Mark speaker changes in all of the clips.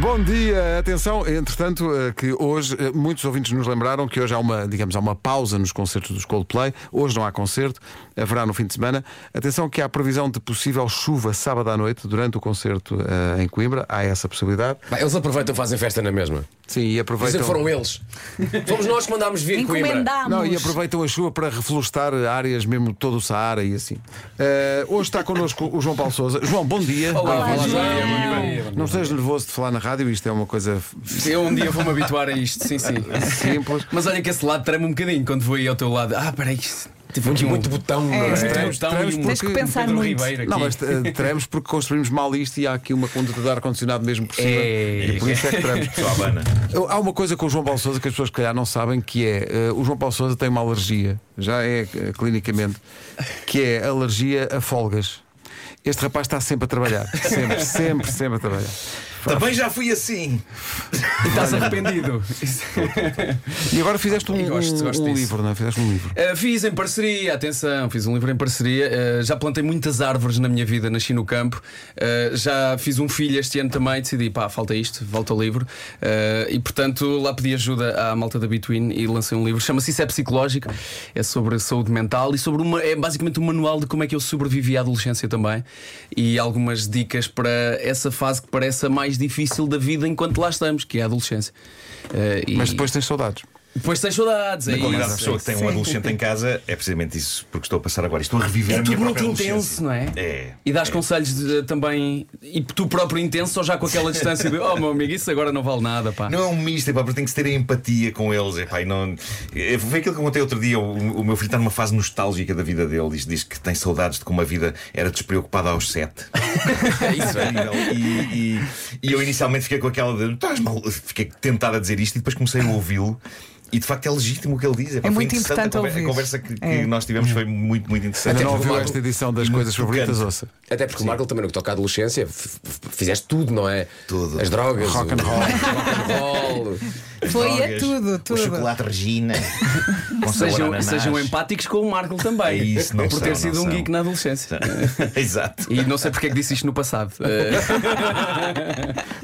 Speaker 1: Bom dia, atenção, entretanto, eh, que hoje eh, muitos ouvintes nos lembraram que hoje há uma, digamos, há uma pausa nos concertos dos Coldplay. Hoje não há concerto, haverá no fim de semana. Atenção que há previsão de possível chuva sábado à noite durante o concerto eh, em Coimbra, há essa possibilidade.
Speaker 2: Pá, eles aproveitam e fazem festa na mesma.
Speaker 1: Sim, e
Speaker 2: Quer
Speaker 1: aproveitam
Speaker 2: dizer, foram eles. Fomos nós que mandámos vir Coimbra.
Speaker 3: Encomendámos.
Speaker 1: Não, e aproveitam a chuva para reflorestar áreas mesmo de todo o Saara e assim. Eh, hoje está connosco o João Paulo Souza. João, bom dia.
Speaker 4: Ah,
Speaker 2: Olá,
Speaker 1: Bem-vindo.
Speaker 2: João.
Speaker 1: Não estejas nervoso de falar na rádio, isto é uma coisa
Speaker 4: Eu um dia vou-me habituar a isto, sim, sim.
Speaker 1: simples.
Speaker 4: Mas olha que esse lado treme um bocadinho quando vou aí ao teu lado. Ah, peraí, isto- tive aqui um-
Speaker 2: Muito botão, não
Speaker 4: um
Speaker 2: é?
Speaker 4: Tramos,
Speaker 1: Tramos
Speaker 4: e um
Speaker 1: Tens que
Speaker 4: Pedro
Speaker 3: pensar muito.
Speaker 4: Ribeiro aqui.
Speaker 1: Não, mas eh, tremos porque construímos mal isto e há aqui uma conduta de ar-condicionado mesmo por cima.
Speaker 4: É.
Speaker 1: E por isso é que tremos.
Speaker 5: Só a Habana.
Speaker 1: Eu- Há uma coisa com o João Paulo Souza que as pessoas, se calhar, não sabem, que é eh, o João Paulo Souza tem uma alergia, já é eh, clinicamente, que é alergia a folgas. Este rapaz está sempre a trabalhar. Sempre, sempre, sempre a trabalhar.
Speaker 5: Também já fui assim.
Speaker 4: E estás arrependido.
Speaker 1: E agora fizeste um,
Speaker 4: Eu gosto,
Speaker 1: um-
Speaker 4: gosto
Speaker 1: um
Speaker 4: disso.
Speaker 1: livro, não é? Fizeste um livro.
Speaker 4: Uh, fiz em parceria, atenção, fiz um livro em parceria. uh, já plantei muitas árvores na minha vida, nasci no campo. uh, já fiz um filho este ano também, decidi, pá, falta isto, volta ao livro. Uh, e portanto, lá pedi ajuda à malta da Between e lancei um livro. Chama-se Isso é Psicológico, é sobre saúde mental e sobre uma. É basicamente um manual de como é que eu sobrevivi à adolescência também. E algumas dicas para essa fase que parece a mais difícil da vida enquanto lá estamos, que é a adolescência. Uh, e
Speaker 1: Mas depois tens saudades.
Speaker 4: depois tens saudades, é
Speaker 5: A qualidade de
Speaker 4: isso.
Speaker 5: pessoa que tem um adolescente em casa é precisamente isso, porque estou a passar agora. Estou a reviver
Speaker 4: É
Speaker 5: a minha
Speaker 4: tudo
Speaker 5: própria
Speaker 4: muito intenso,
Speaker 5: adolescência.
Speaker 4: não é?
Speaker 5: É.
Speaker 4: E dás conselhos de- eh, também. E tu próprio intenso, só já com aquela distância de oh meu amigo, isso agora não vale nada, pá.
Speaker 5: Não é um misto, epá, porque tem que se ter empatia com eles. Epá, e não... Eh, Foi aquilo que eu contei outro dia. O, o meu filho está numa fase nostálgica da vida dele. Diz, diz que tem saudades de como a vida era despreocupada aos sete.
Speaker 4: É isso, é.
Speaker 5: E, e- e eu inicialmente fiquei com aquela de estás mal, fiquei tentado a dizer isto e depois comecei a ouvi-lo. E de facto é legítimo o que ele diz. Epá,
Speaker 6: É
Speaker 5: foi
Speaker 6: muito
Speaker 5: interessante
Speaker 6: importante
Speaker 5: a conver-
Speaker 6: ouvir.
Speaker 5: A conversa que, que
Speaker 6: É.
Speaker 5: nós tivemos foi muito, muito interessante. É
Speaker 1: Ainda não
Speaker 5: Até porque
Speaker 1: ouviu
Speaker 5: o
Speaker 1: esta edição das
Speaker 5: e muito
Speaker 1: coisas favoritas,
Speaker 5: tocante.
Speaker 1: ouça.
Speaker 2: Até porque o Marco também no que toca à adolescência f- f- fizeste tudo, não é?
Speaker 5: Tudo.
Speaker 2: As drogas,
Speaker 1: Rock and
Speaker 2: o-
Speaker 1: roll.
Speaker 2: rock and roll.
Speaker 6: Foi
Speaker 5: drogas,
Speaker 6: a tudo,
Speaker 5: O
Speaker 6: tudo.
Speaker 5: chocolate Regina. com sabor a
Speaker 4: Sejam,
Speaker 5: ananás.
Speaker 4: sejam empáticos com o Marco também.
Speaker 5: É isso, não
Speaker 4: Por
Speaker 5: são,
Speaker 4: ter
Speaker 5: não
Speaker 4: sido um
Speaker 5: são.
Speaker 4: geek na adolescência.
Speaker 5: Exato.
Speaker 4: E não sei porque é que disse isto no passado. Eh,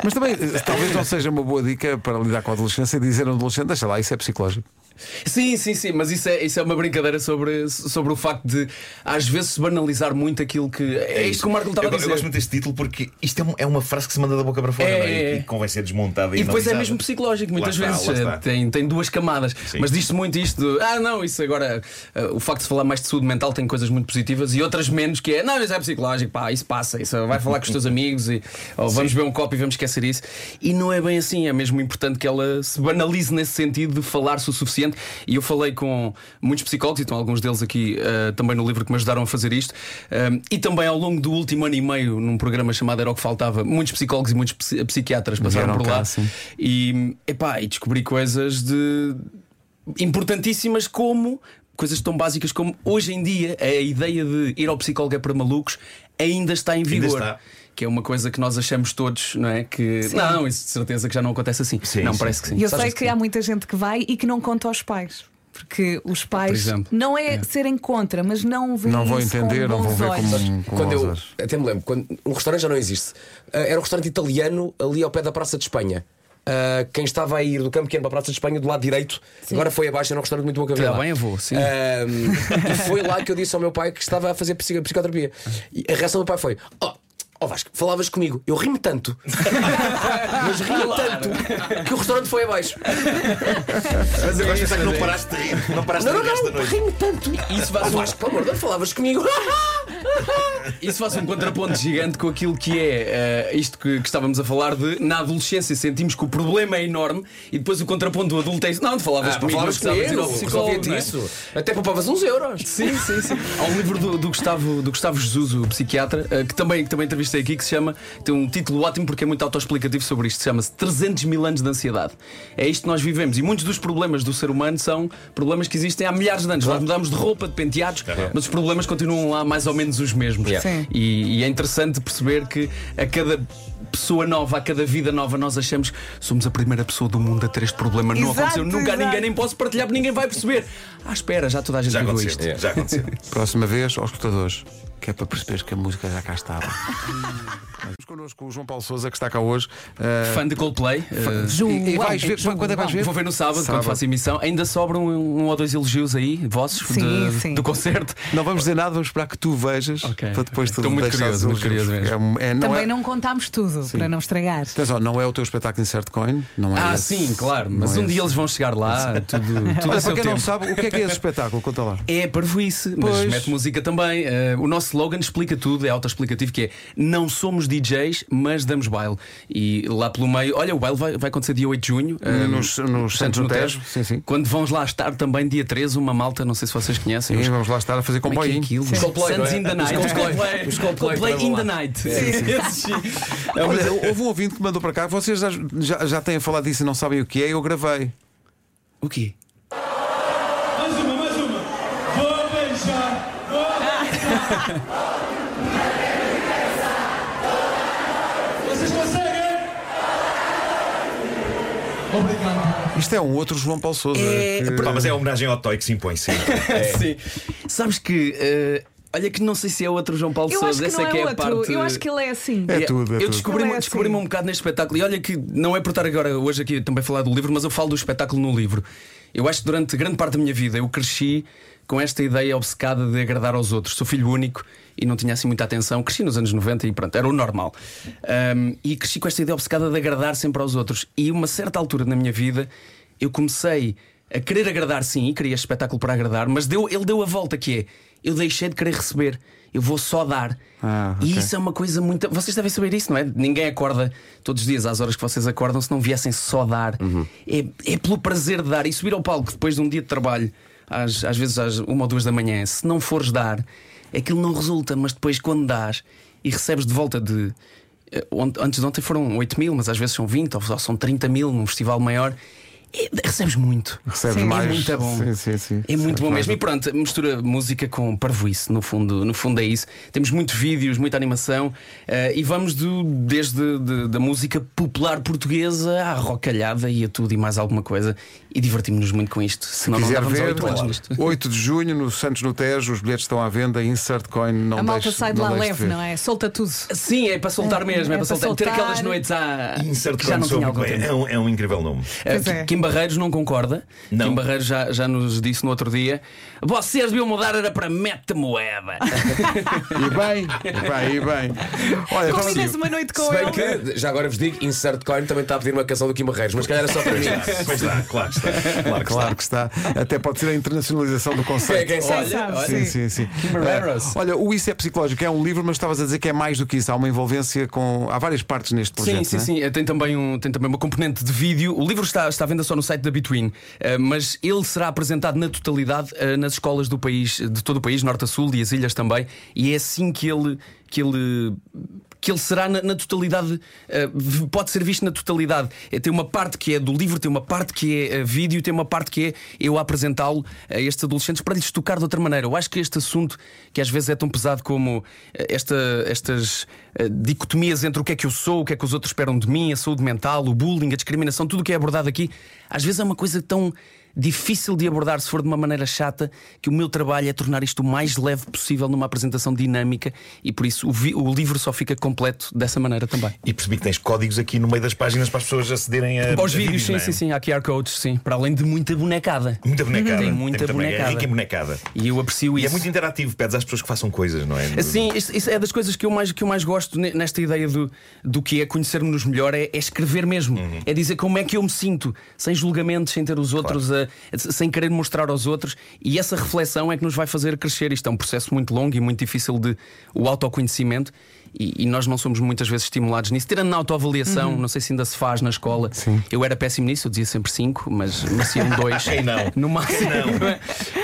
Speaker 1: Mas também, eh, talvez não seja uma boa dica para lidar com a adolescência dizer a um adolescente, deixa lá, isso é psicológico.
Speaker 4: sim, sim, sim, mas isso é, isso é uma brincadeira sobre, sobre o facto de às vezes se banalizar muito aquilo que. É isto que o Marco estava
Speaker 5: eu,
Speaker 4: a
Speaker 5: go-
Speaker 4: dizer.
Speaker 5: Eu gosto muito deste título porque isto é, um- é uma frase que se manda da boca para fora
Speaker 4: É,
Speaker 5: não é?
Speaker 4: é, é.
Speaker 5: e que convém ser desmontada e,
Speaker 4: E depois é
Speaker 5: analisada.
Speaker 4: mesmo psicológico, muitas
Speaker 5: Lá está,
Speaker 4: vezes.
Speaker 5: lá
Speaker 4: eh,
Speaker 5: está.
Speaker 4: Tem, tem duas camadas.
Speaker 5: Sim.
Speaker 4: Mas diz-se muito isto de, ah, não, isso agora. eh, o facto de falar mais de saúde mental tem coisas muito positivas e outras menos, que é, não, isso é psicológico, pá, isso passa, isso vai falar com os teus amigos e ou vamos beber um copo e vamos esquecer isso. E não é bem assim, é mesmo importante que ela se banalize nesse sentido de falar-se o suficiente. E eu falei com muitos psicólogos, e estão alguns deles aqui eh, também no livro que me ajudaram a fazer isto, eh, e também ao longo do último ano e meio, num programa chamado Era o que Faltava, muitos psicólogos e muitos psi- psiquiatras passaram
Speaker 1: Vieram
Speaker 4: por
Speaker 1: cá,
Speaker 4: lá.
Speaker 1: sim.
Speaker 4: E, epá, e descobri coisas de importantíssimas como coisas tão básicas como hoje em dia a ideia de ir ao psicólogo é para malucos ainda está em vigor.
Speaker 5: está.
Speaker 4: Que é uma coisa que nós achamos todos, não é? Que não, isso de certeza que já não acontece assim.
Speaker 5: Sim,
Speaker 4: não,
Speaker 5: sim,
Speaker 4: parece que sim.
Speaker 6: E eu
Speaker 4: Sabes
Speaker 6: sei
Speaker 4: que
Speaker 6: que há muita gente que vai e que não conta aos pais. Porque os pais
Speaker 4: exemplo.
Speaker 6: não é, serem contra, mas não veem
Speaker 1: Não vão
Speaker 6: isso
Speaker 1: entender,
Speaker 6: com
Speaker 1: não é- vão
Speaker 6: bons
Speaker 1: ver
Speaker 6: olhos.
Speaker 4: Hum,
Speaker 1: como, como
Speaker 2: Quando
Speaker 1: bons
Speaker 2: eu,
Speaker 1: olhos.
Speaker 2: até me lembro, quando, um restaurante já não existe. Ah, era um restaurante italiano ali ao pé da Praça de Espanha. Ah, quem estava a ir do campo pequeno para a Praça de Espanha do lado direito, agora foi abaixo, era um restaurante muito bom que havia.
Speaker 4: Tá
Speaker 2: lá.
Speaker 4: bem, eu vou, sim.
Speaker 2: Ah, e foi lá que eu disse ao meu pai que estava a fazer psico- psicoterapia. E a reação do pai foi: Oh, oh Vasco, falavas comigo, eu ri-me tanto, mas ri-me tanto que o restaurante foi abaixo.
Speaker 5: Mas eu gosto de pensar
Speaker 4: mas
Speaker 5: que não
Speaker 4: é
Speaker 5: paraste de rir. Não paraste
Speaker 2: Não,
Speaker 5: de
Speaker 2: não,
Speaker 5: rir esta
Speaker 2: não,
Speaker 5: noite.
Speaker 2: ri-me tanto.
Speaker 4: Isso
Speaker 2: Oh,
Speaker 4: faz, um,
Speaker 2: Vasco, pelo amor de Deus, falavas comigo.
Speaker 4: isso faz um contraponto gigante com aquilo que é eh, isto que, que estávamos a falar de na adolescência sentimos que o problema é enorme e depois o contraponto do adulto é isso. Não, tu falavas
Speaker 2: Ah,
Speaker 4: comigo,
Speaker 2: falavas
Speaker 4: mas precisavas ir
Speaker 2: comigo,
Speaker 4: ao psicólogo,
Speaker 2: resolvia-te
Speaker 4: não é?
Speaker 2: isso. Até poupavas uns euros.
Speaker 4: Sim, sim, sim. Há um livro do, do Gustavo, do Gustavo Jesus, o psiquiatra, eh, que também, que também entrevistei aqui, que se chama, tem um título ótimo porque é muito autoexplicativo sobre isto, chama-se 300 mil anos de ansiedade. É isto que nós vivemos e muitos dos problemas do ser humano são problemas que existem há milhares de anos. Nós mudamos de roupa, de penteados, mas os problemas continuam lá mais ou menos os mesmos.
Speaker 2: Yeah.
Speaker 6: Sim.
Speaker 4: E, e é interessante perceber que a cada pessoa nova, a cada vida nova, nós achamos que somos a primeira pessoa do mundo a ter este problema. não
Speaker 6: Exato,
Speaker 4: aconteceu nunca a
Speaker 6: exato.
Speaker 4: ninguém, nem posso partilhar porque ninguém vai perceber. Ah, espera, já toda a gente
Speaker 5: Já
Speaker 4: viveu isto.
Speaker 5: aconteceu. Já aconteceu.
Speaker 1: Próxima vez, aos escutadores. que é para perceberes que a música já cá estava. Mas Connosco o João Paulo Souza, que está cá hoje. eh,
Speaker 4: Fã de Coldplay. eh,
Speaker 1: e- e, vais ver, quando é que vais ver?
Speaker 4: Vou ver no sábado,
Speaker 1: Sábado.
Speaker 4: quando faço emissão. Ainda sobram um, um ou dois elogios aí, vossos,
Speaker 6: Sim,
Speaker 4: de-
Speaker 6: sim.
Speaker 4: do concerto.
Speaker 1: Não vamos dizer nada, vamos esperar que tu vejas
Speaker 4: Ok.
Speaker 1: para depois tu
Speaker 4: Estou muito
Speaker 1: deixares
Speaker 4: curioso,
Speaker 1: os
Speaker 4: muito curioso
Speaker 1: livros. É um-
Speaker 4: mesmo.
Speaker 1: é- não
Speaker 6: Também
Speaker 1: é-
Speaker 6: não contámos tudo para não estragar.
Speaker 1: Atenção, não é o teu espetáculo Insert Coin, não é
Speaker 4: Ah,
Speaker 1: esse.
Speaker 4: sim, claro.
Speaker 1: Não
Speaker 4: Mas
Speaker 1: é
Speaker 4: um dia
Speaker 1: esse.
Speaker 4: eles vão chegar lá, tudo, tudo a
Speaker 1: Olha, para
Speaker 4: seu
Speaker 1: quem não
Speaker 4: tempo.
Speaker 1: sabe, o que é que é esse espetáculo? Conta lá.
Speaker 4: É parvoíce, mas
Speaker 1: Pois.
Speaker 4: mete música também. Eh, o nosso slogan explica tudo, é autoexplicativo, que é não somos DJs, mas damos baile. E lá pelo meio, olha, o baile vai, vai acontecer dia 8 de junho. eh,
Speaker 1: Nos- nos Santos no Tejo. Sim, sim.
Speaker 4: Quando vão lá estar também dia 13, uma malta, não sei se vocês conhecem.
Speaker 1: E
Speaker 4: os-
Speaker 1: vamos lá estar a fazer
Speaker 4: Como é que é
Speaker 1: comboio.
Speaker 4: aquilo?
Speaker 6: Sim.
Speaker 2: Coldplay,
Speaker 4: Sands
Speaker 2: não é?
Speaker 4: in the
Speaker 2: Os
Speaker 4: Night.
Speaker 2: Coldplay. Os Coldplay também
Speaker 4: in
Speaker 2: vão
Speaker 4: the
Speaker 2: lá.
Speaker 4: night. Esse sim. É um-
Speaker 1: Olha, houve um ouvinte que mandou para cá, vocês já, já, já têm falado disso e não sabem o que é, eu gravei.
Speaker 4: O quê?
Speaker 3: Mais uma, mais uma. Vou beijar. Vou beijar. Vocês conseguem? Obrigado.
Speaker 1: Isto é um outro João Paulo Souza.
Speaker 4: É,
Speaker 1: que-
Speaker 5: Pá, mas é a homenagem ao Toy que se impõe, sim.
Speaker 4: Sim. Sabes que. eh, olha, que não sei se é outro João Paulo
Speaker 6: Eu acho
Speaker 4: Sousa.
Speaker 6: que
Speaker 4: Essa
Speaker 6: não
Speaker 4: que é
Speaker 6: é
Speaker 4: a
Speaker 6: outro.
Speaker 4: parte.
Speaker 6: Eu acho que ele é assim.
Speaker 1: É tudo, é
Speaker 4: eu
Speaker 1: tutudo.
Speaker 4: descobri-me
Speaker 6: Ele é assim.
Speaker 4: descobri-me um bocado neste espetáculo. E olha que não é por estar agora hoje aqui também a falar do livro, mas eu falo do espetáculo no livro. Eu acho que durante grande parte da minha vida eu cresci com esta ideia obcecada de agradar aos outros. Sou filho único e não tinha assim muita atenção. Cresci nos anos 90 e pronto, era o normal. Ahm, e cresci com esta ideia obcecada de agradar sempre aos outros. E uma certa altura na minha vida eu comecei a querer agradar, sim, e queria este espetáculo para agradar, mas deu, ele deu a volta que é: eu deixei de querer receber, eu vou só dar.
Speaker 1: Ah,
Speaker 4: E
Speaker 1: ok.
Speaker 4: isso é uma coisa muito. Vocês devem saber isso, não é? Ninguém acorda todos os dias às horas que vocês acordam se não viessem só dar.
Speaker 1: Uhum.
Speaker 4: É, é pelo prazer de dar e subir ao palco depois de um dia de trabalho, às, às vezes às uma ou duas da manhã. Se não fores dar, aquilo não resulta, mas depois quando dás e recebes de volta de. eh, ont- Antes de ontem foram 8 mil, mas às vezes são 20 ou são 30 mil num festival maior. E recebes muito.
Speaker 1: Recebes
Speaker 4: é
Speaker 1: mais.
Speaker 4: muito bom.
Speaker 1: Sim, sim, sim.
Speaker 4: É
Speaker 1: Recebes
Speaker 4: muito bom
Speaker 1: mais.
Speaker 4: mesmo. E pronto, mistura música com parvoíce, no fundo, no fundo é isso. Temos muitos vídeos, muita animação eh, e vamos do, desde de- da música popular portuguesa à rocalhada e a tudo e mais alguma coisa. E divertimos-nos muito com isto. Senão não
Speaker 1: Quiser
Speaker 4: dávamos há
Speaker 1: ver,
Speaker 4: oito anos nisto.
Speaker 1: 8 de junho no Santos no Tejo, os bilhetes estão à venda, insert coin, não
Speaker 6: A malta
Speaker 1: deixe-
Speaker 6: sai de lá
Speaker 1: não deixe
Speaker 6: leve,
Speaker 1: ver.
Speaker 6: não é? Solta tudo.
Speaker 4: Sim, é para soltar mesmo, é, para soltar. Ter aquelas noites à.
Speaker 5: Insert
Speaker 4: que já não
Speaker 5: Coin
Speaker 4: tinha algum
Speaker 5: Soul,
Speaker 4: tempo.
Speaker 5: é, um, é um incrível nome.
Speaker 4: Eh,
Speaker 6: Pois é.
Speaker 4: Kim Barreiros não concorda.
Speaker 5: Não.
Speaker 4: Kim Barreiros já, já nos disse no outro dia: vocês deviam mudar, era para mete moeda.
Speaker 1: E bem, e bem, e bem. Olha, vamos-
Speaker 6: Combinas uma noite com
Speaker 2: Se bem
Speaker 6: ele.
Speaker 2: que, já agora vos digo, Insert Coin também está a pedir uma canção do Kim Barreiros, mas se calhar é só para mim.
Speaker 5: Pois está, claro que está. Claro que está.
Speaker 1: Claro que está. Até pode ser a internacionalização do
Speaker 2: É,
Speaker 1: conceito.
Speaker 2: quem sabe?
Speaker 6: sabe,
Speaker 1: Sim, sim, sim.
Speaker 4: Barreiros.
Speaker 1: Eh, olha, o Isso é Psicológico é um livro, mas estavas a dizer que é mais do que isso. Há uma envolvência com. Há várias partes neste projeto.
Speaker 4: Sim, sim,
Speaker 1: não é?
Speaker 4: sim. Eh, Tem também, um, tem também uma componente de vídeo. O livro está, está à venda só no site da Between, eh, mas ele será apresentado na totalidade eh, nas escolas do país, eh, de todo o país, norte a sul e as ilhas também. E é assim que ele. Que ele que ele será na, na totalidade, eh, v- pode ser visto na totalidade. Eh, Tem uma parte que é do livro, tem uma parte que é eh, vídeo, tem uma parte que é eu a apresentá-lo a estes adolescentes para lhes tocar de outra maneira. Eu acho que este assunto, que às vezes é tão pesado como eh, esta, estas eh, dicotomias entre o que é que eu sou, o que é que os outros esperam de mim, a saúde mental, o bullying, a discriminação, tudo o que é abordado aqui, às vezes é uma coisa tão difícil de abordar se for de uma maneira chata que o meu trabalho é tornar isto o mais leve possível numa apresentação dinâmica e por isso o, vi- o livro só fica completo dessa maneira também.
Speaker 5: E percebi que tens códigos aqui no meio das páginas para as pessoas acederem a.
Speaker 4: Aos
Speaker 5: a
Speaker 4: vídeos, sim,
Speaker 5: não é?
Speaker 4: sim, sim, há QR codes, sim, para além de muita bonecada.
Speaker 5: Muita bonecada.
Speaker 4: Tem muita
Speaker 5: também,
Speaker 4: bonecada.
Speaker 5: É rica em bonecada.
Speaker 4: E eu aprecio
Speaker 5: E
Speaker 4: isso.
Speaker 5: é muito interativo, pedes às pessoas que façam coisas, não é?
Speaker 4: Assim, isso, isso é das coisas que eu mais, que eu mais gosto ne- nesta ideia do, do que é conhecermos-nos melhor, é, é escrever mesmo.
Speaker 5: Uhum.
Speaker 4: É dizer como é que eu me sinto, sem julgamentos, sem ter os outros, a- a- sem querer mostrar aos outros. E essa reflexão é que nos vai fazer crescer. Isto é um processo muito longo e muito difícil de o autoconhecimento. E, e nós não somos muitas vezes estimulados nisso. Tirando na
Speaker 5: Uhum.
Speaker 4: autoavaliação, não sei se ainda se faz na escola. Eu era péssimo nisso, eu dizia sempre 5, mas nasciam 2.
Speaker 5: Ei, não.
Speaker 4: No máximo.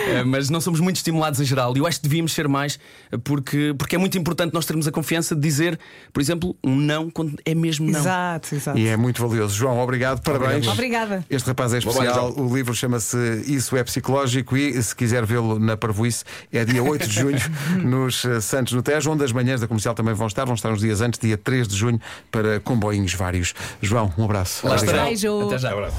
Speaker 4: Eh, Mas não somos muito estimulados em geral. E eu acho que devíamos ser mais, eh, porque, porque é muito importante nós termos a confiança de dizer, por exemplo, um não quando é mesmo não.
Speaker 6: Exato, exato.
Speaker 1: E é muito valioso. João, obrigado, parabéns.
Speaker 6: Obrigada.
Speaker 1: Este rapaz é especial. o livro chama-se Isso é Psicológico e se quiser vê-lo na Parvoice é dia 8 de junho nos eh, Santos no Tejo, onde as manhãs da comercial também vão estar. Vão estar uns dias antes, dia 3 de junho, para comboinhos vários. João, um abraço.
Speaker 4: Lá estarão.
Speaker 6: Beijo.
Speaker 4: Até já.
Speaker 5: Abraço.